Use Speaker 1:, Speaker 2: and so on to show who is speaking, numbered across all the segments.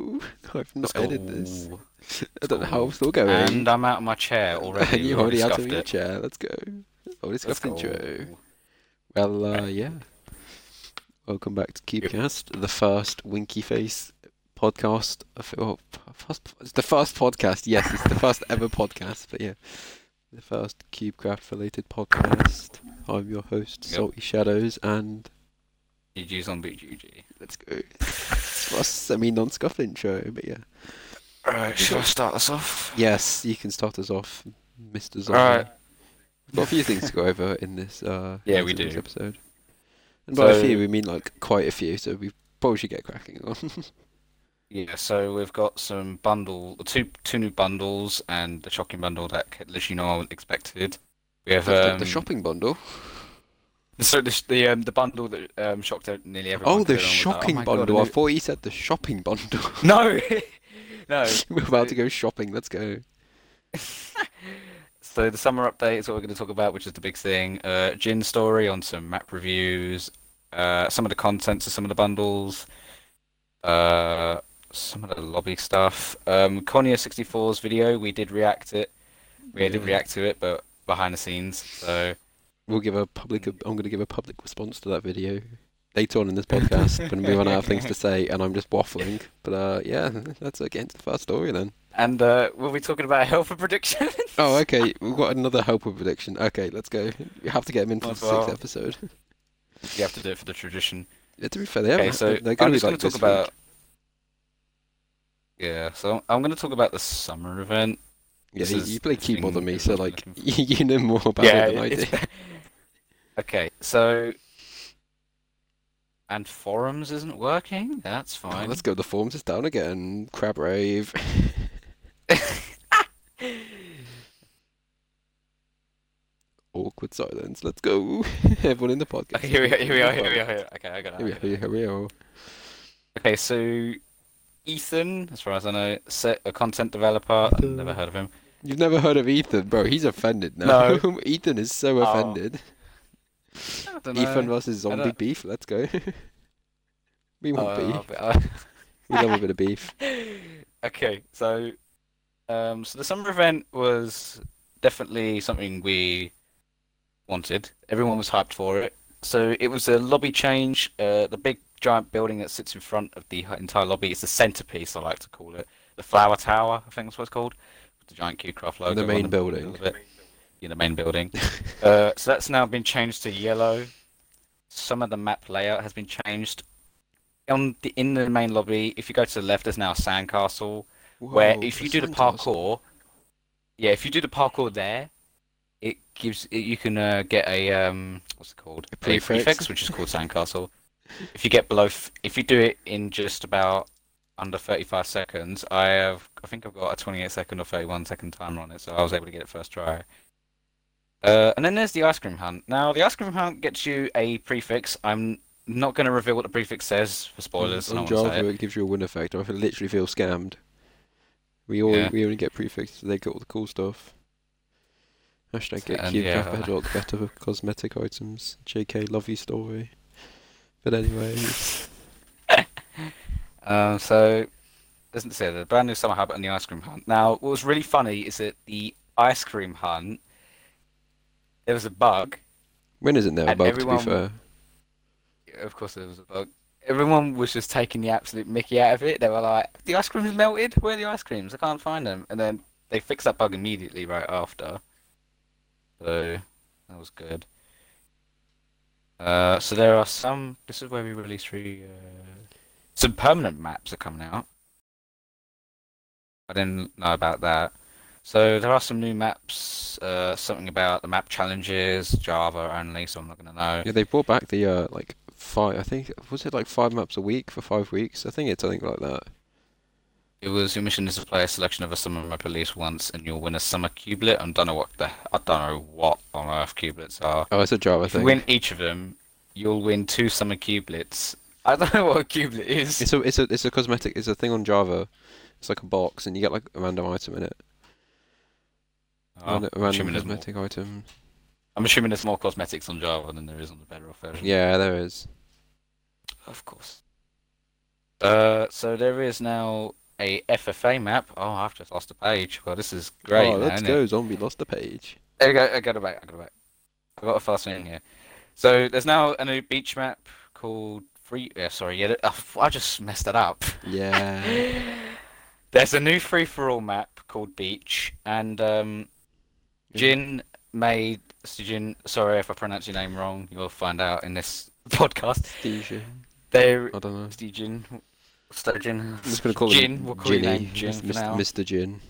Speaker 1: I've not
Speaker 2: Let's
Speaker 1: edited this.
Speaker 2: go.
Speaker 1: I don't know how I'm still going.
Speaker 2: And I'm out of my chair already.
Speaker 1: you
Speaker 2: I've
Speaker 1: already out of
Speaker 2: scuffed
Speaker 1: your
Speaker 2: it.
Speaker 1: chair. Let's go. Already
Speaker 2: Let's
Speaker 1: scuffed intro.
Speaker 2: go.
Speaker 1: Well, uh, yeah. Welcome back to Cubecast, the first Winky Face podcast. Of, oh, f- first, it's the first podcast. Yes, it's the first ever podcast. But yeah, the first Cubecraft related podcast. I'm your host,
Speaker 2: Yep.
Speaker 1: Salty Shadows, and
Speaker 2: GG's on BGG.
Speaker 1: let's go. First, I mean, non-scuffed intro, but yeah.
Speaker 2: Alright, shall I start us off?
Speaker 1: Yes, you can start us off, Mr. Zombie.
Speaker 2: Alright.
Speaker 1: We've got a few things to go over in this. Uh,
Speaker 2: Yeah, we
Speaker 1: in this
Speaker 2: do.
Speaker 1: episode. And by a
Speaker 2: So-
Speaker 1: few, we mean like quite a few. So we probably should get cracking on.
Speaker 2: Yeah, so we've got some bundle, two two new bundles, and a shocking bundle that, literally no one expected. We have
Speaker 1: the,
Speaker 2: um,
Speaker 1: the shopping bundle.
Speaker 2: So the the, um, the bundle that um, shocked out nearly everyone.
Speaker 1: Oh, the
Speaker 2: could along with that.
Speaker 1: shocking
Speaker 2: Oh my God,
Speaker 1: bundle.
Speaker 2: I
Speaker 1: I thought you said the shopping bundle.
Speaker 2: knew- No, no.
Speaker 1: We're about to go shopping. Let's go.
Speaker 2: So the summer update is what we're going to talk about, which is the big thing. Uh, Jin story on some map reviews, uh, some of the contents of some of the bundles, uh, some of the lobby stuff. Um, Konya 64's video, we did react it. We did
Speaker 1: Yeah.
Speaker 2: react to it, but behind the scenes. So
Speaker 1: We'll give a public. I'm going to give a public response to that video later on in this podcast when we run out of things to say and I'm just waffling. But uh, yeah, let's uh, get into the first story then.
Speaker 2: and uh, we'll be talking about helper predictions.
Speaker 1: Oh, okay. We've got another helper prediction. Okay, let's go. You have to get him in for
Speaker 2: Might
Speaker 1: the
Speaker 2: as
Speaker 1: sixth
Speaker 2: well.
Speaker 1: episode.
Speaker 2: you have to do it for the tradition.
Speaker 1: Yeah, to be fair, they haven't.
Speaker 2: Okay, so
Speaker 1: they're gonna
Speaker 2: I'm
Speaker 1: be
Speaker 2: just going
Speaker 1: like
Speaker 2: to
Speaker 1: this
Speaker 2: talk
Speaker 1: week.
Speaker 2: about. Yeah, so I'm going to talk about the summer event.
Speaker 1: Yeah,
Speaker 2: this
Speaker 1: you,
Speaker 2: is
Speaker 1: you play
Speaker 2: the
Speaker 1: keyboard than
Speaker 2: thing
Speaker 1: me,
Speaker 2: that
Speaker 1: so
Speaker 2: I'm
Speaker 1: like
Speaker 2: looking
Speaker 1: you, you know more about it than I do.
Speaker 2: it's ba- okay, so and forums isn't working. That's
Speaker 1: Oh,
Speaker 2: fine.
Speaker 1: let's go. The forms is down again. Crab rave. Awkward silence. Let's go. Everyone in the podcast.
Speaker 2: okay, here we are. Here we are. Here we are. Here. we are. Okay, I got it.
Speaker 1: Here we
Speaker 2: I
Speaker 1: are.
Speaker 2: got it.
Speaker 1: Here we are.
Speaker 2: Okay, so Ethan, as far as I know, set a content developer. I've
Speaker 1: Ethan.
Speaker 2: never heard of him.
Speaker 1: You've never heard of Ethan, bro. He's offended now. Ethan is so
Speaker 2: Oh,
Speaker 1: offended.
Speaker 2: I don't
Speaker 1: Ethan
Speaker 2: know.
Speaker 1: versus
Speaker 2: I don't-
Speaker 1: zombie beef. Let's go. we want beef.
Speaker 2: Oh, but, uh,
Speaker 1: We love a bit of beef.
Speaker 2: okay, so um, so the summer event was definitely something we wanted. Everyone was hyped for it. So it was a lobby change. Uh, the big giant building that sits in front of the hi- entire lobby is the centerpiece, I like to call it. The flower tower, I think that's what it's called. With the giant Q-Craft logo. on
Speaker 1: main
Speaker 2: it,
Speaker 1: building.
Speaker 2: a little bit. Yeah, the main building. uh, so that's now been changed to yellow. Some of the map layout has been changed. On the, in the main lobby, if you go to the left, there's now a sandcastle where
Speaker 1: Whoa,
Speaker 2: if you do the
Speaker 1: Santos.
Speaker 2: parkour, yeah, if you do the parkour there, it gives it, you can uh, get a um what's it called
Speaker 1: A prefix.
Speaker 2: which is called sandcastle. if you get below, f- if you do it in just about under 35 seconds, I have I think I've got a 28 second or 31 second timer on it, so I was able to get it first try. Uh, and then there's the ice cream hunt. Now the ice cream hunt gets you a prefix. I'm not going to reveal what the prefix says for spoilers.
Speaker 1: On
Speaker 2: and I won't say it.
Speaker 1: Mm, Java, it gives you a win effect. I literally feel scammed. We all
Speaker 2: Yeah.
Speaker 1: we only get prefixes. They get all the cool stuff. Hashtag get
Speaker 2: And
Speaker 1: cube
Speaker 2: yeah.
Speaker 1: craft bedrock better for cosmetic items. JK, love you story. But anyway,
Speaker 2: Um, so, doesn't say the brand new summer habit and the ice cream hunt. Now, what was really funny is that the ice cream hunt, there was a bug.
Speaker 1: when isn't there a
Speaker 2: And
Speaker 1: bug?
Speaker 2: everyone-
Speaker 1: To be fair,
Speaker 2: Of course, there was a bug. Everyone was just taking the absolute mickey out of it. They were like, "The ice cream's melted. Where are the ice creams? I can't find them." And then they fixed that bug immediately right after. So that was good. Uh, so there are some. This is where we release three. Uh, some permanent maps are coming out. I didn't know about that. So there are some new maps. Uh, something about the map challenges, Java only. So I'm not gonna know.
Speaker 1: yeah, they brought back the uh like five. I think was it like five maps a week for five weeks? I think it's something like that.
Speaker 2: It was your mission is to play a selection of a summer map at least once, and you'll win a summer cubelet. I don't know what the I don't know what on earth cubelets are.
Speaker 1: Oh, it's a Java
Speaker 2: If you
Speaker 1: thing.
Speaker 2: win each of them, you'll win two summer cubelets. I don't know what a cubelet is.
Speaker 1: It's a it's a it's a cosmetic. It's a thing on Java. It's like a box, and you get like a random item in it.
Speaker 2: Oh,
Speaker 1: Ran-
Speaker 2: I'm,
Speaker 1: random
Speaker 2: assuming there's more,
Speaker 1: cosmetic item.
Speaker 2: I'm assuming there's more cosmetics on Java than there is on the Bedrock version.
Speaker 1: Yeah, there is.
Speaker 2: Of course. Uh, so there is now a FFA map. Oh, I've just lost a page. Well, this is great.
Speaker 1: oh,
Speaker 2: now,
Speaker 1: let's
Speaker 2: isn't it?
Speaker 1: go. Zombie lost the page.
Speaker 2: There we go. I got it back. I got it back. I got a fast thing here. So there's now a new beach map called Free. Yeah, sorry. Yeah, I I just messed that up.
Speaker 1: Yeah.
Speaker 2: There's a new free for all map called Beach, and um,
Speaker 1: Yeah.
Speaker 2: Jin made Jin. Sorry if I pronounce your name wrong. You'll find out in this podcast.
Speaker 1: Anesthesia.
Speaker 2: There,
Speaker 1: I don't know.
Speaker 2: Jin, Stojin.
Speaker 1: I'm just gonna call
Speaker 2: Jin.
Speaker 1: him
Speaker 2: We'll call you
Speaker 1: Ginny.
Speaker 2: name Jin for
Speaker 1: Mis-
Speaker 2: now.
Speaker 1: Mr. Jin.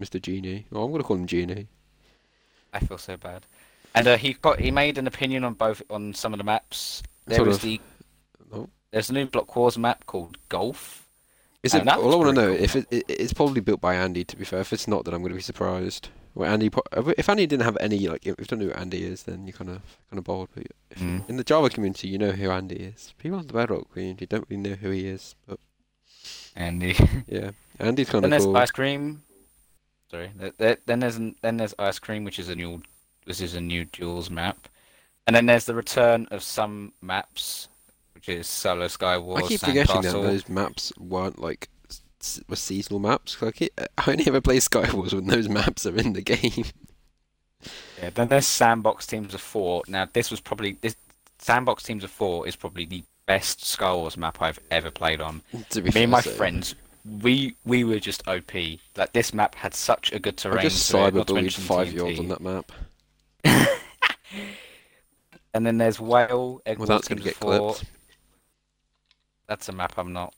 Speaker 1: Mr. Genie. Oh, I'm gonna call him Genie.
Speaker 2: I feel so bad. And uh, he got he made an opinion on both on some of the maps. There
Speaker 1: Sort
Speaker 2: was
Speaker 1: of.
Speaker 2: the
Speaker 1: Oh.
Speaker 2: there's a new Block Wars map called Golf.
Speaker 1: Is
Speaker 2: Oh,
Speaker 1: it?
Speaker 2: that
Speaker 1: All
Speaker 2: was
Speaker 1: I want to
Speaker 2: pretty
Speaker 1: know
Speaker 2: cool.
Speaker 1: if it, it it's probably built by Andy. To be fair, if it's not, then I'm gonna be surprised. Well, Andy, pro- if Andy didn't have any, like, if you don't know who Andy is, then you're kind of kind of bored. But if,
Speaker 2: Mm.
Speaker 1: in the Java community, you know who Andy is. People in the Red Rock community don't really know who he is. But
Speaker 2: And the,
Speaker 1: yeah, Andy's kind
Speaker 2: then
Speaker 1: of
Speaker 2: there's
Speaker 1: cool.
Speaker 2: ice cream. Sorry. There, there, then there's an- then there's ice cream, which is a new this is a new duels map. And then there's the return of some maps, which is Solo Sky Wars.
Speaker 1: I keep forgetting that
Speaker 2: Sandcastle.
Speaker 1: those maps weren't like s- were seasonal maps. 'cause I, keep, I only ever play Skywars when those maps are in the game.
Speaker 2: Yeah, then there's sandbox teams of four. Now this was probably this sandbox teams of four is probably the best Star Wars map I've ever played on.
Speaker 1: to be
Speaker 2: Me
Speaker 1: fair,
Speaker 2: and my
Speaker 1: so-
Speaker 2: friends, we we were just OP. Like this map had such a good terrain.
Speaker 1: I just
Speaker 2: to it, not to
Speaker 1: cyberbullied
Speaker 2: mention
Speaker 1: five year olds
Speaker 2: TNT.
Speaker 1: on that map.
Speaker 2: And then there's Whale. Egg
Speaker 1: Well,
Speaker 2: Wars
Speaker 1: that's gonna
Speaker 2: teams
Speaker 1: get
Speaker 2: of four.
Speaker 1: clipped.
Speaker 2: That's a map I'm not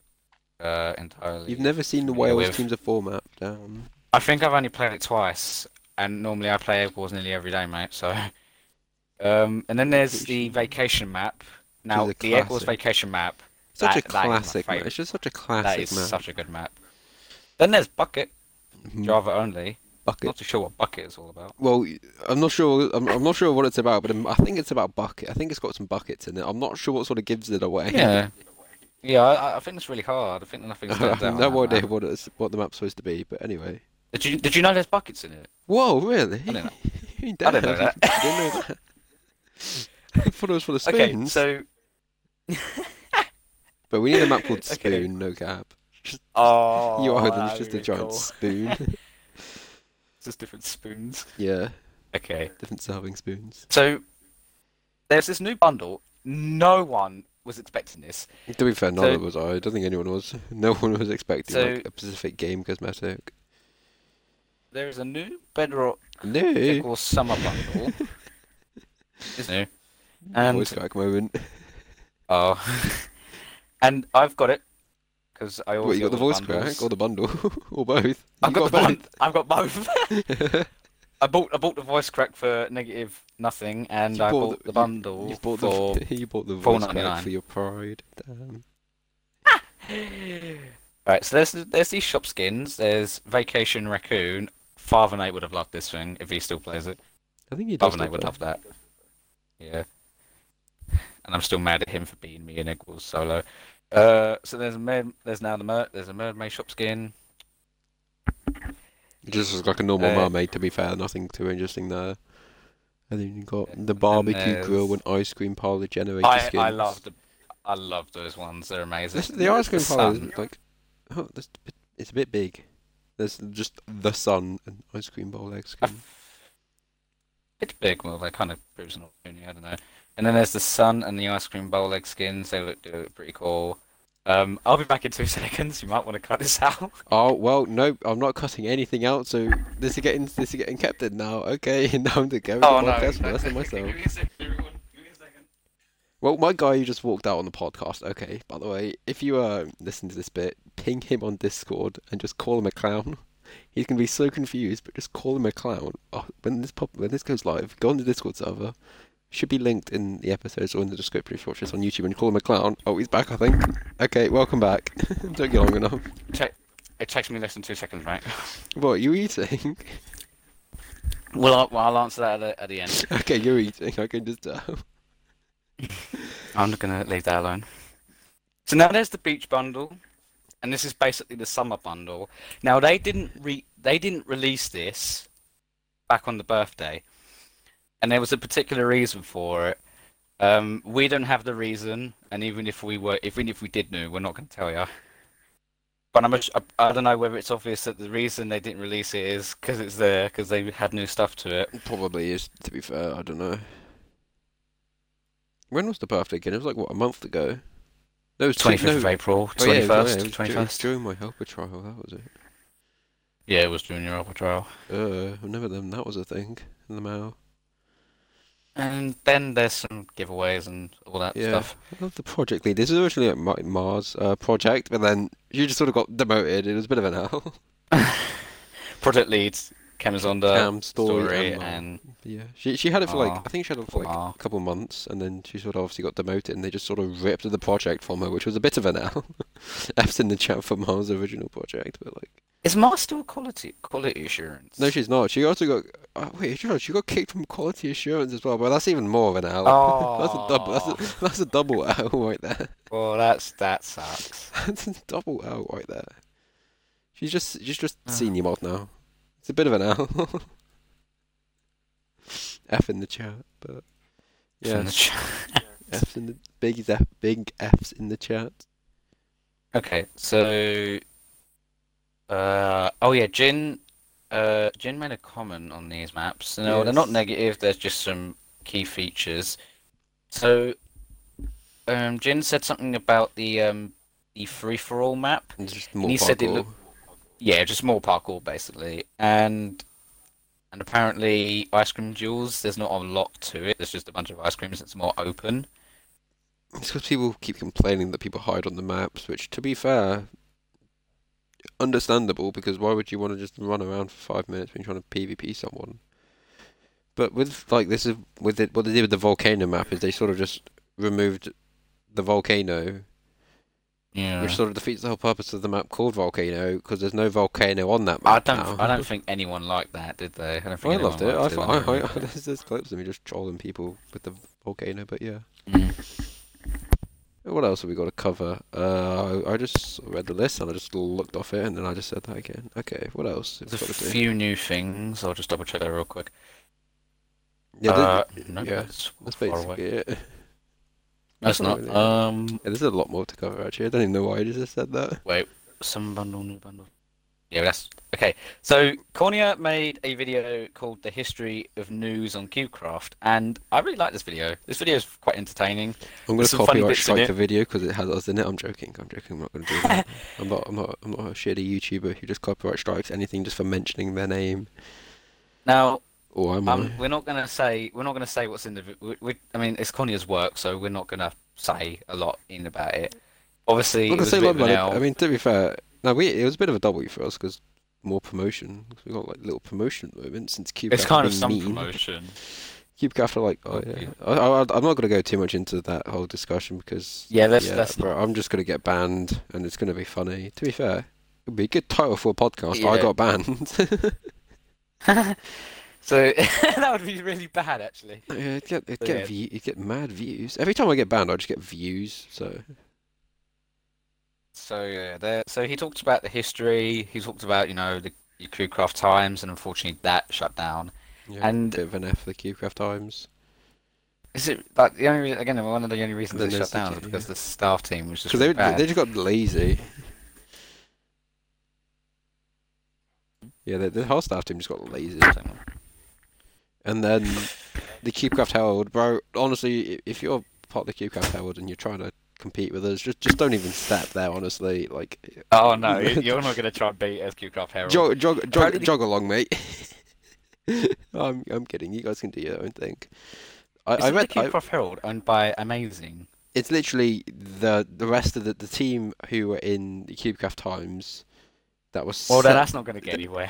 Speaker 2: uh, entirely.
Speaker 1: You've never seen the
Speaker 2: familiar
Speaker 1: Wales
Speaker 2: with.
Speaker 1: teams of four map down.
Speaker 2: I think I've only played it twice, and normally I play Egg Wars nearly every day, mate. So, um, and then there's the
Speaker 1: Vacation.
Speaker 2: vacation map. Now
Speaker 1: is a
Speaker 2: the Egg Wars
Speaker 1: classic.
Speaker 2: vacation map.
Speaker 1: Such
Speaker 2: That-
Speaker 1: a
Speaker 2: that is my
Speaker 1: classic map.
Speaker 2: favourite.
Speaker 1: It's just such a
Speaker 2: That
Speaker 1: classic
Speaker 2: is
Speaker 1: map.
Speaker 2: such a good map. Then there's Bucket,
Speaker 1: Mhm.
Speaker 2: Java only.
Speaker 1: Bucket.
Speaker 2: Not too sure what Bucket is all about.
Speaker 1: Well, I'm not sure. I'm, I'm not sure what it's about, but i I think it's about bucket. I think it's got some buckets in it. I'm not sure what sort of gives it away.
Speaker 2: Yeah. Yeah, I, I think it's really hard. I think nothing
Speaker 1: I
Speaker 2: stands out.
Speaker 1: have
Speaker 2: on
Speaker 1: no
Speaker 2: that
Speaker 1: idea
Speaker 2: map.
Speaker 1: what it's, what the map's supposed to be. But anyway.
Speaker 2: Did you did you know there's buckets in it?
Speaker 1: Whoa, really?
Speaker 2: I didn't
Speaker 1: You
Speaker 2: I didn't know
Speaker 1: don't- didn't know that. I thought it was for the spoons.
Speaker 2: Okay, so
Speaker 1: But we need a map called
Speaker 2: Okay.
Speaker 1: Spoon, no cap.
Speaker 2: oh,
Speaker 1: you are
Speaker 2: that'd
Speaker 1: then
Speaker 2: be
Speaker 1: just a
Speaker 2: really
Speaker 1: giant
Speaker 2: cool.
Speaker 1: spoon.
Speaker 2: It's just different spoons.
Speaker 1: yeah,
Speaker 2: Okay,
Speaker 1: different serving spoons.
Speaker 2: so there's this new bundle. No one was expecting this.
Speaker 1: To be fair, neither
Speaker 2: So-
Speaker 1: was I. I don't think anyone was. No one was expecting
Speaker 2: So-
Speaker 1: like, a specific game cosmetic.
Speaker 2: There is a new Bedrock
Speaker 1: No.
Speaker 2: or Summer bundle. it's new, and
Speaker 1: Voice crack moment.
Speaker 2: Oh. and I've got it because I always
Speaker 1: What, you got the
Speaker 2: get all
Speaker 1: voice
Speaker 2: bundles.
Speaker 1: crack or the bundle or both?
Speaker 2: I've
Speaker 1: You
Speaker 2: got, the
Speaker 1: both.
Speaker 2: one. I've got both. I bought I bought the voice crack for negative nothing, and
Speaker 1: You
Speaker 2: I
Speaker 1: bought
Speaker 2: bought
Speaker 1: the-
Speaker 2: the bundle
Speaker 1: you bought
Speaker 2: for.
Speaker 1: the you bought the voice crack
Speaker 2: $4.99.
Speaker 1: for your pride. Damn.
Speaker 2: Right, so there's there's these shop skins. There's Vacation Raccoon. Father Nate would have loved this thing if he still plays it.
Speaker 1: I think you
Speaker 2: Father
Speaker 1: does.
Speaker 2: Nate
Speaker 1: look like-
Speaker 2: would love that. Yeah. And I'm still mad at him for beating me in Equals solo. Uh, so there's a mer- there's now the mer- there's a mermaid shop skin.
Speaker 1: It Just looks like a normal
Speaker 2: Uh,
Speaker 1: mermaid, to be fair. Nothing too interesting there. And then you got the
Speaker 2: then
Speaker 1: barbecue grill and
Speaker 2: there's-
Speaker 1: ice cream parlor generator
Speaker 2: I,
Speaker 1: skins.
Speaker 2: I love the I love those ones. They're amazing.
Speaker 1: This, the ice cream parlor
Speaker 2: sun.
Speaker 1: is like, oh, this, it's a bit big. There's just the sun and ice cream bowl ice
Speaker 2: I
Speaker 1: cream.
Speaker 2: f- It's big. Well, they kind of proves an opportunity. I don't know. And then there's the sun and the ice cream bowl egg skins. They look, they look pretty cool. Um, I'll be back in two seconds. You might want to cut this out.
Speaker 1: Oh well, no, I'm not cutting anything out. So this is getting this is getting kept in now. Okay, now I'm the going
Speaker 2: Oh,
Speaker 1: the podcast for the rest of myself. Well, my guy who just walked out on the podcast. Okay, by the way, if you uh listen to this bit, ping him on Discord and just call him a clown. He's gonna be so confused, but just call him a clown. Oh, when this pop, when this goes live, go on the Discord server. Should be linked in the episodes or in the description if you watch this on YouTube and call him a clown. Oh, he's back, I think. Okay, welcome back. Don't get long enough.
Speaker 2: Ta- It takes me less than two seconds, mate.
Speaker 1: What are you eating?
Speaker 2: Well, I'll, well, I'll answer that at the, at the end.
Speaker 1: okay, you're eating. I can just tell.
Speaker 2: I'm not gonna leave that alone. So now there's the beach bundle, and this is basically the summer bundle. Now they didn't re they didn't release this back on the birthday, and there was a particular reason for it. Um, we don't have the reason, and even if we were, even if we did know, we're not gonna tell you. But I'm, ass- I, I don't know whether it's obvious that the reason they didn't release it is because it's there because they had new stuff to it.
Speaker 1: Probably is, to be fair. I don't know. When was the birthday again? It was like, what, a month ago? No, it was two-
Speaker 2: 25th
Speaker 1: no,
Speaker 2: of April,
Speaker 1: oh, yeah, it
Speaker 2: twenty
Speaker 1: was-
Speaker 2: first,
Speaker 1: yeah, it was
Speaker 2: twenty
Speaker 1: dur- it was
Speaker 2: first.
Speaker 1: During my helper trial, that was it.
Speaker 2: Yeah, it was during your Apple trial.
Speaker 1: Uh, I've never done that was a thing in the mail.
Speaker 2: And then there's some giveaways and all that
Speaker 1: Yeah.
Speaker 2: stuff.
Speaker 1: I love the project lead. This is originally like Ma- Mars uh, project, but then you just sort of got demoted. It was a bit of an L.
Speaker 2: Project leads, Camazonda,
Speaker 1: Cam, story,
Speaker 2: story,
Speaker 1: and Mar.
Speaker 2: and Oh.
Speaker 1: Yeah, she she had it for like
Speaker 2: Mar.
Speaker 1: I think she had it for like
Speaker 2: Mar.
Speaker 1: a couple months, and then she sort of obviously got demoted, and they just sort of ripped the project from her, which was a bit of an L. F's in the chat for Mars' original project, but like
Speaker 2: is Mars still quality quality assurance?
Speaker 1: no, she's not. She also got oh, wait, you know, she got kicked from quality assurance as well, but that's even more of an L.
Speaker 2: Oh.
Speaker 1: that's a double. That's a, that's a double L right there.
Speaker 2: Well, that's that sucks.
Speaker 1: That's a double L right there. She's just she's just senior mod now. It's a bit of an L. F in the chat, but yeah. F's in the big F, big F's in the chat.
Speaker 2: Okay, so uh oh yeah, Jin uh Jin made a comment on these maps. No, they're not
Speaker 1: Yes.
Speaker 2: negative, there's just some key features. So um Jin said something about the um the free for all map.
Speaker 1: And just more
Speaker 2: he said it
Speaker 1: parkour.
Speaker 2: look- Yeah, just more parkour basically. And and apparently ice cream duels, there's not a lot to it, there's just a bunch of ice creams, it's more open.
Speaker 1: It's because people keep complaining that people hide on the maps, which, to be fair, understandable because why would you want to just run around for five minutes when you're trying to PvP someone? But with like this is with it, what they did with the volcano map is they sort of just removed the volcano,
Speaker 2: Yeah.
Speaker 1: which sort of defeats the whole purpose of the map called volcano because there's no volcano on that
Speaker 2: I
Speaker 1: map
Speaker 2: don't
Speaker 1: now.
Speaker 2: I don't think anyone liked that, did they? I don't
Speaker 1: I
Speaker 2: think
Speaker 1: loved it.
Speaker 2: anyone
Speaker 1: I,
Speaker 2: liked
Speaker 1: thought, I, I,
Speaker 2: did they?
Speaker 1: there's, there's clips of me just trolling people with the volcano, but yeah.
Speaker 2: Mm.
Speaker 1: What else have we got to cover? Uh, I, I just read the list and I just looked off it and then I just said that again. Okay, what else? have
Speaker 2: There's a
Speaker 1: we got to do?
Speaker 2: few new things. I'll just double check that real quick.
Speaker 1: yeah, this,
Speaker 2: uh, no,
Speaker 1: yeah,
Speaker 2: that's,
Speaker 1: that's
Speaker 2: far away.
Speaker 1: basically it. Yeah,
Speaker 2: That's
Speaker 1: not
Speaker 2: not.
Speaker 1: really.
Speaker 2: Um,
Speaker 1: there's a lot more to cover actually. I don't even know why I just said that.
Speaker 2: some bundle, new bundle. Yeah, that's okay. So Cornea made a video called "The History of News on Cubecraft," and I really like this video. This video is quite entertaining.
Speaker 1: I'm gonna
Speaker 2: There's some funny
Speaker 1: copyright
Speaker 2: bits in
Speaker 1: strike
Speaker 2: it.
Speaker 1: the video because it has us in it. I'm joking. I'm joking. I'm not gonna do that. I'm not. I'm not. I'm not a shitty YouTuber who just copyright strikes anything just for mentioning their name.
Speaker 2: Now,
Speaker 1: Or am
Speaker 2: um,
Speaker 1: I?
Speaker 2: we're not gonna say we're not gonna say what's in the. vi- We, we, I mean, it's Cornea's work, so we're not gonna say a lot in about it. Obviously,
Speaker 1: Not
Speaker 2: it
Speaker 1: to
Speaker 2: was a
Speaker 1: say
Speaker 2: bit
Speaker 1: a lot
Speaker 2: of an
Speaker 1: about it.
Speaker 2: L.
Speaker 1: I mean, to be fair, now we it was a bit of a W for us because more promotion. 'cause we got like little promotion moments since Cube.
Speaker 2: it's
Speaker 1: Craft
Speaker 2: kind of
Speaker 1: being
Speaker 2: some
Speaker 1: mean.
Speaker 2: promotion.
Speaker 1: Cube Gaffer, like, oh yeah.
Speaker 2: Okay.
Speaker 1: I, I, I'm not gonna go too much into that whole discussion because
Speaker 2: Yeah, that's
Speaker 1: yeah,
Speaker 2: that's
Speaker 1: bro, I'm just gonna get banned, and it's gonna be funny. To be fair, it'd be a good title for a podcast. I
Speaker 2: Yeah.
Speaker 1: got banned.
Speaker 2: So that would be really bad, actually.
Speaker 1: yeah, it'd get it'd
Speaker 2: So,
Speaker 1: get
Speaker 2: yeah.
Speaker 1: view, it'd get mad views. Every time I get banned, I just get views. So
Speaker 2: So yeah, there. So he talked about the history. He talked about you know the your crewcraft times, and unfortunately that shut down.
Speaker 1: yeah,
Speaker 2: And-
Speaker 1: bit of an F for the CubeCraft times.
Speaker 2: Is it like the only re- again one of the only reasons
Speaker 1: Then
Speaker 2: it
Speaker 1: there's
Speaker 2: shut
Speaker 1: the
Speaker 2: down
Speaker 1: kid,
Speaker 2: is because the staff team was just
Speaker 1: Because they
Speaker 2: really
Speaker 1: were-
Speaker 2: bad.
Speaker 1: they just got lazy. Yeah, the, the whole staff team just got lazy. And then the CubeCraft Herald, bro. Honestly, i- if you're part of the CubeCraft Herald and you're trying to compete with us, just just don't even step there. Honestly, like
Speaker 2: Oh no, you- you're not gonna try and beat SQcraft Herald.
Speaker 1: jog jog jog,
Speaker 2: Apparently the-
Speaker 1: jog along, mate. I'm I'm kidding. You guys can do your own thing. I, I
Speaker 2: Isn't
Speaker 1: read.
Speaker 2: the
Speaker 1: I,
Speaker 2: Cubecraft Herald owned by Amazing?
Speaker 1: it's literally the the rest of the, the team who were in the CubeCraft Times. That was
Speaker 2: Well,
Speaker 1: set
Speaker 2: then that's not gonna get anywhere.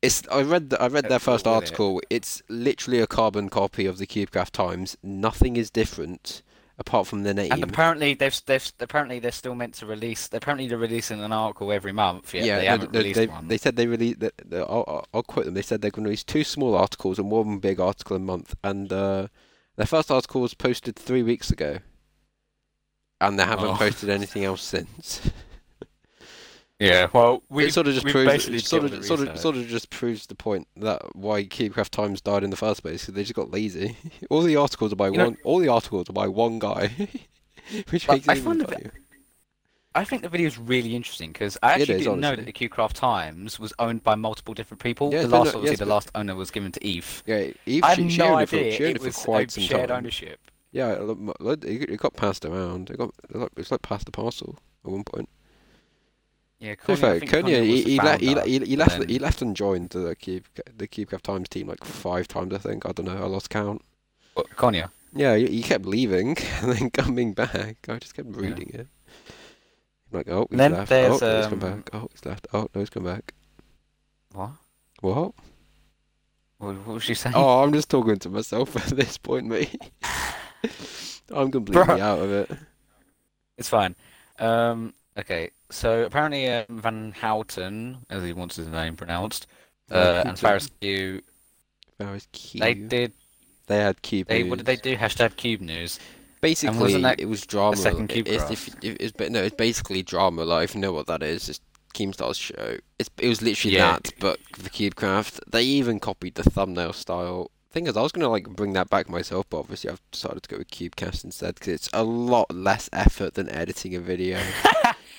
Speaker 1: It's I read th I read their
Speaker 2: That's cool,
Speaker 1: first
Speaker 2: isn't it?
Speaker 1: article. It's literally a carbon copy of the CubeCraft Times. Nothing is different apart from the name.
Speaker 2: And apparently they've they've apparently they're still meant to release. Apparently they're releasing an article every month. Yet they
Speaker 1: no,
Speaker 2: haven't
Speaker 1: no,
Speaker 2: released
Speaker 1: they,
Speaker 2: one.
Speaker 1: they said they released. The, the, I'll, I'll- I'll quote them. They said they're going to release two small articles and one big article a month. And uh, their first article was posted three weeks ago, and they haven't
Speaker 2: Oh.
Speaker 1: posted anything else since.
Speaker 2: Yeah, well, we
Speaker 1: it sort of just
Speaker 2: we
Speaker 1: proves
Speaker 2: basically
Speaker 1: it sort
Speaker 2: killed
Speaker 1: of
Speaker 2: the
Speaker 1: sort of
Speaker 2: research.
Speaker 1: sort of just proves the point that why Cubecraft Times died in the first place 'cause they just got lazy. all the articles are by
Speaker 2: You know-
Speaker 1: one all the articles are by one guy, which
Speaker 2: But
Speaker 1: makes
Speaker 2: I
Speaker 1: it even
Speaker 2: find it a
Speaker 1: funnier.
Speaker 2: I think the video is really interesting because I
Speaker 1: It
Speaker 2: actually
Speaker 1: is,
Speaker 2: didn't know
Speaker 1: honestly.
Speaker 2: that the Qcraft Times was owned by multiple different people.
Speaker 1: Yeah,
Speaker 2: the
Speaker 1: it's been
Speaker 2: last,
Speaker 1: a- yeah,
Speaker 2: obviously,
Speaker 1: it's
Speaker 2: the
Speaker 1: been-
Speaker 2: last owner was given to Eve.
Speaker 1: Yeah, Eve
Speaker 2: I
Speaker 1: she,
Speaker 2: had
Speaker 1: she
Speaker 2: no
Speaker 1: owned it for,
Speaker 2: idea
Speaker 1: she owned
Speaker 2: it
Speaker 1: it
Speaker 2: was
Speaker 1: for quite
Speaker 2: a
Speaker 1: some
Speaker 2: shared
Speaker 1: time.
Speaker 2: ownership.
Speaker 1: Yeah, it, lo- lo- it, it got passed around. It got it like, it was like passed the parcel at one point.
Speaker 2: Yeah,
Speaker 1: To be
Speaker 2: Kanye, I
Speaker 1: fair,
Speaker 2: think
Speaker 1: Konya,
Speaker 2: Kanye was
Speaker 1: he,
Speaker 2: the
Speaker 1: he, le- he,
Speaker 2: founder,
Speaker 1: le- he, he
Speaker 2: but
Speaker 1: left
Speaker 2: then-
Speaker 1: he left and joined the Cube the CubeCraft Times team like five times I think. I don't know. I lost count.
Speaker 2: What, Kanye?
Speaker 1: Yeah, he, he kept leaving and then coming back. I just kept reading it. I'm like, oh, he's
Speaker 2: Then
Speaker 1: left.
Speaker 2: there's,
Speaker 1: oh, no, he's come
Speaker 2: um,
Speaker 1: back. Oh, he's left. Oh, no, he's come back.
Speaker 2: What?
Speaker 1: What?
Speaker 2: What, what was she saying?
Speaker 1: Oh, I'm just talking to myself at this point, mate. I'm completely
Speaker 2: Bruh.
Speaker 1: out of it.
Speaker 2: It's fine. Um, okay, so apparently um, Van Houten, as he wants his name pronounced, uh, and Faris Q,
Speaker 1: That was cute.
Speaker 2: they did.
Speaker 1: They had cube
Speaker 2: They
Speaker 1: news.
Speaker 2: what did they do? Hashtag Cube News.
Speaker 1: Basically,
Speaker 2: that
Speaker 1: it was drama.
Speaker 2: second Cube
Speaker 1: it's,
Speaker 2: Graph?
Speaker 1: if, if, it's, ba- no, it's basically drama. Like, if you know what that is, it's Keemstar's show. It's, it was literally
Speaker 2: Yeah.
Speaker 1: that, but for CubeCraft. They even copied the thumbnail style. Thing is, I was gonna like bring that back myself, but obviously I've decided to go with CubeCast instead because it's a lot less effort than editing a video.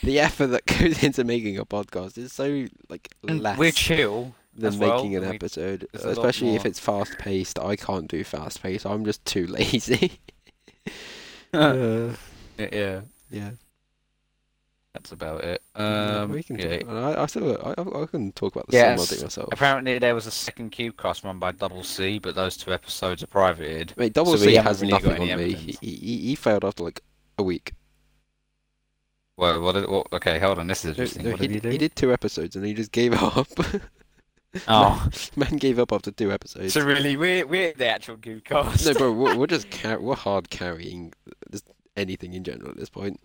Speaker 1: the effort that goes into making a podcast is so like
Speaker 2: And
Speaker 1: less
Speaker 2: We're chill.
Speaker 1: than
Speaker 2: as well,
Speaker 1: making an
Speaker 2: and we-
Speaker 1: episode,
Speaker 2: it's a lot
Speaker 1: especially if
Speaker 2: more-
Speaker 1: it's fast paced. I can't do fast paced. I'm just too lazy.
Speaker 2: yeah,
Speaker 1: Uh,
Speaker 2: yeah,
Speaker 1: yeah.
Speaker 2: that's about it.
Speaker 1: Yeah,
Speaker 2: Um,
Speaker 1: we can
Speaker 2: yeah.
Speaker 1: talk, I, I still I, I I can talk about the
Speaker 2: Yeah,
Speaker 1: yes.
Speaker 2: s-
Speaker 1: myself.
Speaker 2: Apparently there was a second Cube Cast run by Double C, but those two episodes are privated.
Speaker 1: Mate, Double
Speaker 2: so we
Speaker 1: C
Speaker 2: haven't
Speaker 1: has
Speaker 2: really got
Speaker 1: nothing
Speaker 2: any
Speaker 1: on me. He,
Speaker 2: evidence.
Speaker 1: he, he he failed after like a week.
Speaker 2: Well, what? did- what- okay, hold on. This is
Speaker 1: No,
Speaker 2: interesting.
Speaker 1: no,
Speaker 2: what
Speaker 1: he,
Speaker 2: did he do?
Speaker 1: he did two episodes and he just gave up.
Speaker 2: Oh,
Speaker 1: Man gave up after two episodes.
Speaker 2: so really, we're we're the actual Cube Cast.
Speaker 1: no, bro, we're, we're just car- we're hard carrying this, anything in general at this point.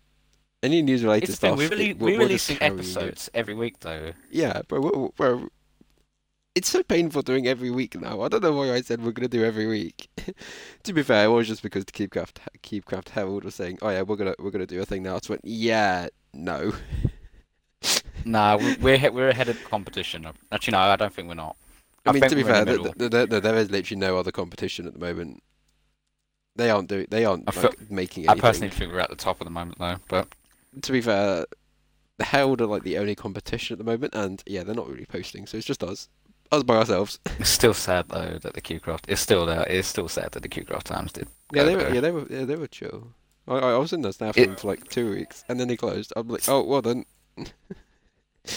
Speaker 1: Any news related
Speaker 2: It's the thing,
Speaker 1: stuff.
Speaker 2: we
Speaker 1: it-
Speaker 2: really,
Speaker 1: we're-
Speaker 2: we're
Speaker 1: we're just
Speaker 2: releasing
Speaker 1: carrying it.
Speaker 2: episodes every week though.
Speaker 1: Yeah, bro, we're, we're- it's so painful doing every week now. I don't know why I said we're gonna do every week. to be fair, it was just because Keepcraft Keepcraft Herald was saying, "Oh yeah, we're gonna we're gonna do a thing now." So I went, "Yeah, no."
Speaker 2: Nah, we- we're he- we're ahead of competition. Actually, no, I don't think we're not.
Speaker 1: I,
Speaker 2: I
Speaker 1: mean,
Speaker 2: think
Speaker 1: to be
Speaker 2: we're in
Speaker 1: fair,
Speaker 2: the
Speaker 1: th-
Speaker 2: middle.
Speaker 1: th- th- th- there is literally no other competition at the moment. They aren't doing. They aren't
Speaker 2: I
Speaker 1: like,
Speaker 2: feel-
Speaker 1: making
Speaker 2: I
Speaker 1: anything.
Speaker 2: personally think we're at the top at the moment though. But
Speaker 1: To be fair, the Herald are like the only competition at the moment, and yeah, they're not really posting, so it's just us, us by ourselves.
Speaker 2: it's still sad though that the Qcraft it's still there. It's still sad that the Qcraft Times did.
Speaker 1: Yeah,
Speaker 2: go
Speaker 1: they were.
Speaker 2: there.
Speaker 1: Yeah, they were. Yeah, they were chill. I, I was in the staff
Speaker 2: It-
Speaker 1: room for like two weeks, and then he closed. I'm like, oh well then.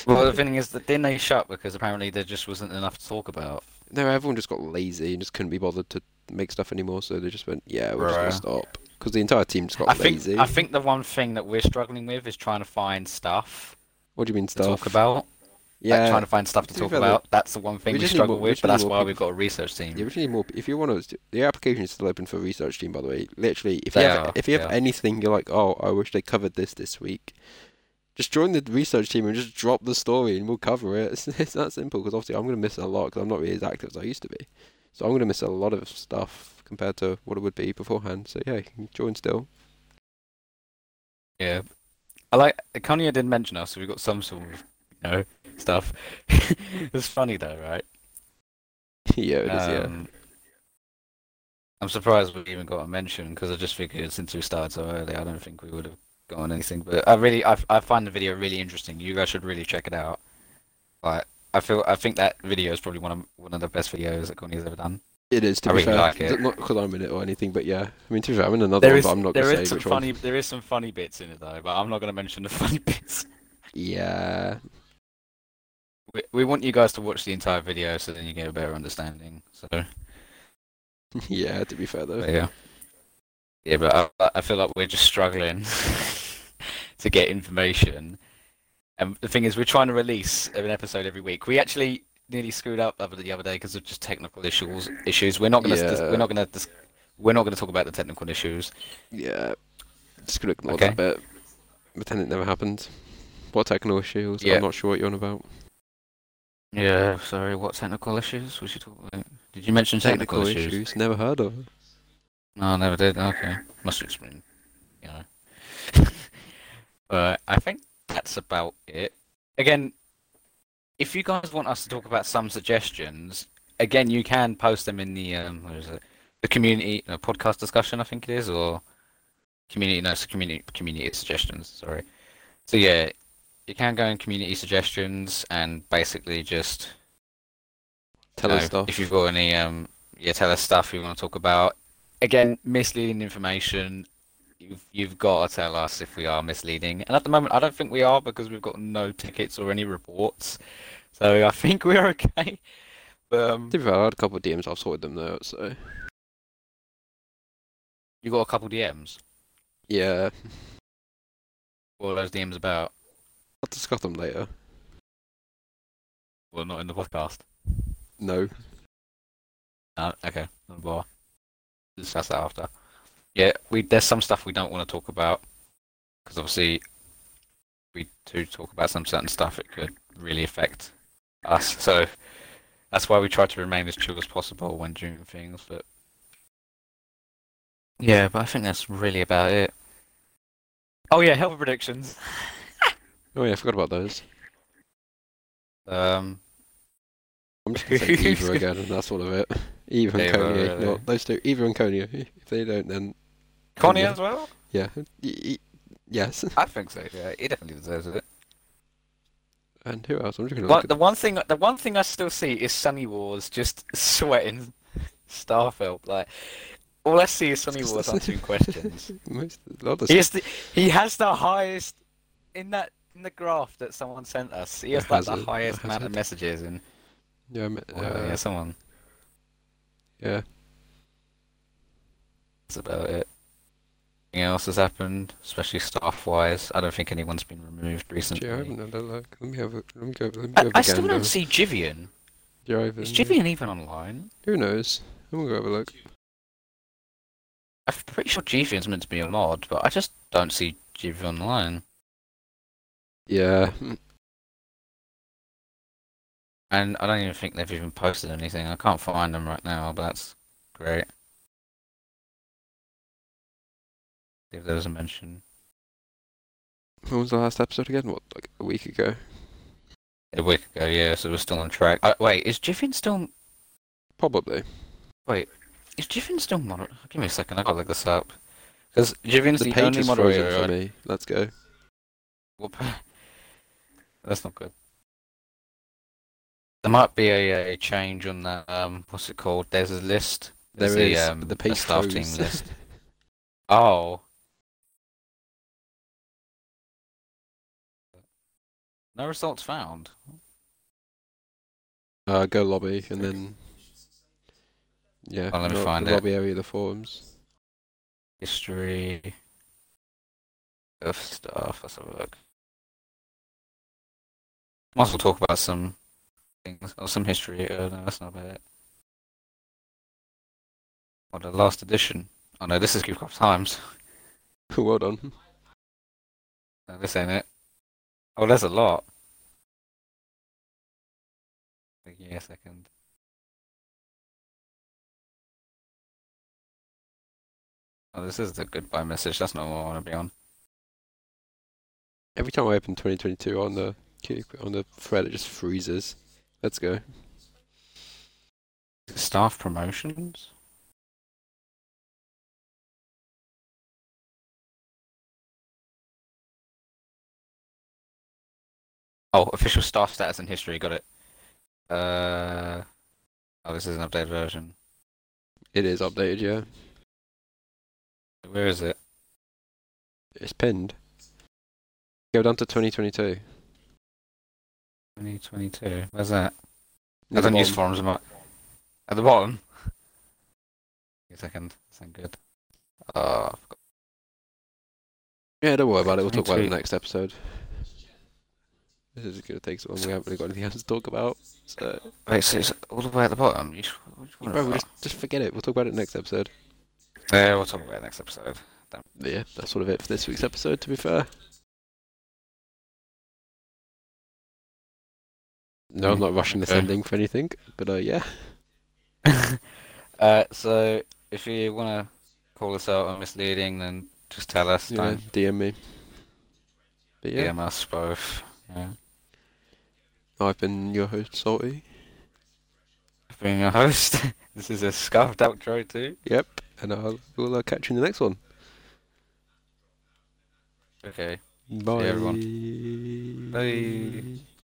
Speaker 2: Well, the thing is that then they shut because apparently there just wasn't enough to talk about.
Speaker 1: No, everyone just got lazy and just couldn't be bothered to make stuff anymore, so they just went, yeah, we're
Speaker 2: Right.
Speaker 1: just gonna stop because the entire team just got
Speaker 2: I think
Speaker 1: lazy.
Speaker 2: I think the one thing that we're struggling with is trying to find stuff
Speaker 1: What do you mean
Speaker 2: to
Speaker 1: stuff?
Speaker 2: talk about. Like,
Speaker 1: yeah,
Speaker 2: trying to find stuff
Speaker 1: To
Speaker 2: to
Speaker 1: be
Speaker 2: talk
Speaker 1: fair,
Speaker 2: about. That's the one thing
Speaker 1: we
Speaker 2: we,
Speaker 1: just need
Speaker 2: struggle
Speaker 1: more- we
Speaker 2: with,
Speaker 1: just
Speaker 2: but
Speaker 1: need
Speaker 2: that's
Speaker 1: more
Speaker 2: why
Speaker 1: people.
Speaker 2: we've got a research team.
Speaker 1: yeah, we just need more. If you want to, the application is still open for research team, by the way. Literally, if you
Speaker 2: They
Speaker 1: have
Speaker 2: are,
Speaker 1: if you have
Speaker 2: yeah.
Speaker 1: anything, you're like, oh, I wish they covered this this week. Just join the research team and just drop the story, and we'll cover it. It's, it's that simple. Because obviously, I'm gonna miss a lot because I'm not really as active as I used to be. So I'm gonna miss a lot of stuff compared to what it would be beforehand. So yeah, you can join still.
Speaker 2: Yeah. I like Kanye did mention us, so we got some sort of you know stuff. it's funny though, right?
Speaker 1: yeah, it is. yeah.
Speaker 2: Um, I'm surprised we even got a mention because I just figured since we started so early, I don't think we would have gotten anything. But I really, I, I find the video really interesting. You guys should really check it out. Like, I feel, I think that video is probably one of one of the best videos that Kanye's ever done.
Speaker 1: It is. To
Speaker 2: I
Speaker 1: be
Speaker 2: really
Speaker 1: fair,
Speaker 2: like it.
Speaker 1: not because I'm in it or anything, but yeah. I mean, to be fair, I'm in another one, but I'm not gonna say
Speaker 2: some
Speaker 1: which one.
Speaker 2: funny, there is some funny bits in it though, but I'm not going to mention the funny bits.
Speaker 1: Yeah.
Speaker 2: We, we want you guys to watch the entire video so then you get a better understanding. So
Speaker 1: Yeah, to be fair though.
Speaker 2: but yeah, yeah, but I, I feel like we're just struggling to get information. And the thing is, we're trying to release an episode every week. We actually nearly screwed up the other- the other day because of just technical issues. Issues. We're not gonna. dis-
Speaker 1: Yeah.
Speaker 2: we're not gonna. Dis- we're not gonna talk about the technical issues.
Speaker 1: Yeah. Just gonna ignore
Speaker 2: Okay.
Speaker 1: that bit. Pretend it never happened. What technical issues?
Speaker 2: Yeah.
Speaker 1: I'm not sure what you're on about.
Speaker 2: Yeah. Sorry. What technical issues? We should talk about. Did you mention
Speaker 1: Never heard of.
Speaker 2: No, I never did. Okay. Must explain. You know. but I think that's about it. Again, if you guys want us to talk about some suggestions, again, you can post them in the um, what is it? The community uh, podcast discussion, I think it is, or community. No, it's community community suggestions. Sorry. So yeah, you can go in community suggestions and basically just
Speaker 1: Tell
Speaker 2: you
Speaker 1: us
Speaker 2: know,
Speaker 1: stuff.
Speaker 2: if you've got any um yeah tell us stuff you want to talk about. Again, misleading information. You've you've got to tell us if we are misleading. And at the moment, I don't think we are because we've got no tickets or any reports. So I think we're okay. But, um,
Speaker 1: To be fair, I had a couple of DMs. I've sorted them though. So
Speaker 2: you got a couple DMs.
Speaker 1: yeah,
Speaker 2: What are those DMs about?
Speaker 1: I'll discuss them later.
Speaker 2: Well, not in the podcast.
Speaker 1: No,
Speaker 2: Uh, okay, no bother. Discuss that after. Yeah, we there's some stuff we don't want to talk about because obviously we do talk about some certain stuff. It could really affect us, so that's why we try to remain as chill as possible when doing things. But yeah, but I think that's really about it. Oh yeah, health predictions.
Speaker 1: oh yeah, I forgot about those.
Speaker 2: Um,
Speaker 1: I'm just gonna say Eva again, and that's all of it. Eva and
Speaker 2: Eva,
Speaker 1: Konya,
Speaker 2: really.
Speaker 1: not those two. Eva and Konya. If they don't, then
Speaker 2: Connie
Speaker 1: Yeah.
Speaker 2: as well.
Speaker 1: yeah, Y- y- yes.
Speaker 2: I think so. Yeah, he definitely deserves it.
Speaker 1: And who else? I'm just gonna
Speaker 2: One,
Speaker 1: look
Speaker 2: the one thing, the one thing I still see is Sunny Wars just sweating Starfield. Like all I see is Sunny Wars answering questions.
Speaker 1: at most. A lot of
Speaker 2: He has the, he has the highest in that in the graph that someone sent us. He has like the
Speaker 1: Hazard,
Speaker 2: highest amount of
Speaker 1: hazard.
Speaker 2: messages and
Speaker 1: Yeah, I mean,
Speaker 2: yeah,
Speaker 1: uh,
Speaker 2: someone.
Speaker 1: yeah.
Speaker 2: That's about it. Nothing else has happened, especially staff-wise. I don't think anyone's been removed recently.
Speaker 1: Gee, I haven't had a look. Let me have a, let me go, let me
Speaker 2: I,
Speaker 1: go uh,
Speaker 2: I still don't see Jivian. Is Jivian even online?
Speaker 1: Who knows? I'm gonna go have a look.
Speaker 2: I'm pretty sure Jivian's meant to be a mod, but I just don't see Jivian online.
Speaker 1: Yeah, mm,
Speaker 2: And I don't even think they've even posted anything. I can't find them right now, but that's great. See if there was a mention.
Speaker 1: when was the last episode again? What, like a week ago?
Speaker 2: A week ago, yeah, so we're still on track. Uh, wait, is Jiffin still.
Speaker 1: Probably.
Speaker 2: Is Jiffin still mod? Give me a second, I gotta look this up. Because Jiffin's
Speaker 1: The,
Speaker 2: the,
Speaker 1: page
Speaker 2: only
Speaker 1: is frozen
Speaker 2: moderator.
Speaker 1: for
Speaker 2: I-
Speaker 1: me. Let's go.
Speaker 2: Whoop. That's not good. There might be a, a change on that. Um, what's it called? There's a list.
Speaker 1: There
Speaker 2: There's
Speaker 1: is
Speaker 2: the, um,
Speaker 1: the page
Speaker 2: staff
Speaker 1: froze.
Speaker 2: team list. Oh. No results found.
Speaker 1: Uh, go lobby and then. Yeah.
Speaker 2: Oh, let me
Speaker 1: lo-
Speaker 2: find
Speaker 1: the
Speaker 2: it.
Speaker 1: Lobby area, the forums.
Speaker 2: History of stuff. Let's have a look. Might as well talk about some things or some history. Uh, no, that's not about it. Or the last edition. Oh no, this is Cubecraft Times.
Speaker 1: well done.
Speaker 2: No, this ain't it. Oh, there's a lot. Give me a second. Oh, this is the goodbye message. That's not what I want to be on.
Speaker 1: Every time I open 2022 on the queue- on the thread, it just freezes. Let's go.
Speaker 2: Staff promotions? Oh, official staff status and history, got it. Uh, oh, this is an updated version.
Speaker 1: It is updated. Yeah,
Speaker 2: Where is it?
Speaker 1: it's pinned. Go down to 2022.
Speaker 2: 2022. Where's that?
Speaker 1: Near
Speaker 2: I
Speaker 1: the
Speaker 2: don't use
Speaker 1: bottom.
Speaker 2: forums am I? At the bottom? Give me a second. That's not good. Oh,
Speaker 1: Yeah, don't worry about it. We'll talk about it in
Speaker 2: 22.
Speaker 1: the next episode. This is gonna take so long. We haven't really got anything else to talk about. So
Speaker 2: wait, so it's all the way at the bottom? You, which one
Speaker 1: Bro,
Speaker 2: is
Speaker 1: we'll
Speaker 2: that?
Speaker 1: just just forget it. We'll talk about it next episode.
Speaker 2: Yeah, we'll talk about it next episode.
Speaker 1: But yeah, that's sort of it for this week's episode. To be fair. No, I'm
Speaker 2: Mm,
Speaker 1: not rushing this
Speaker 2: okay.
Speaker 1: ending for anything, but uh, yeah.
Speaker 2: uh, so, if you want to call us out on misleading, then just tell us.
Speaker 1: Yeah,
Speaker 2: Don't
Speaker 1: DM me. But yeah,
Speaker 2: DM us both. Yeah.
Speaker 1: I've been your host, Salty.
Speaker 2: Being a host, this is a scuffed outro too.
Speaker 1: Yep, and I'll we'll uh, catch you in the next one.
Speaker 2: Okay.
Speaker 3: Bye.
Speaker 1: everyone. Bye.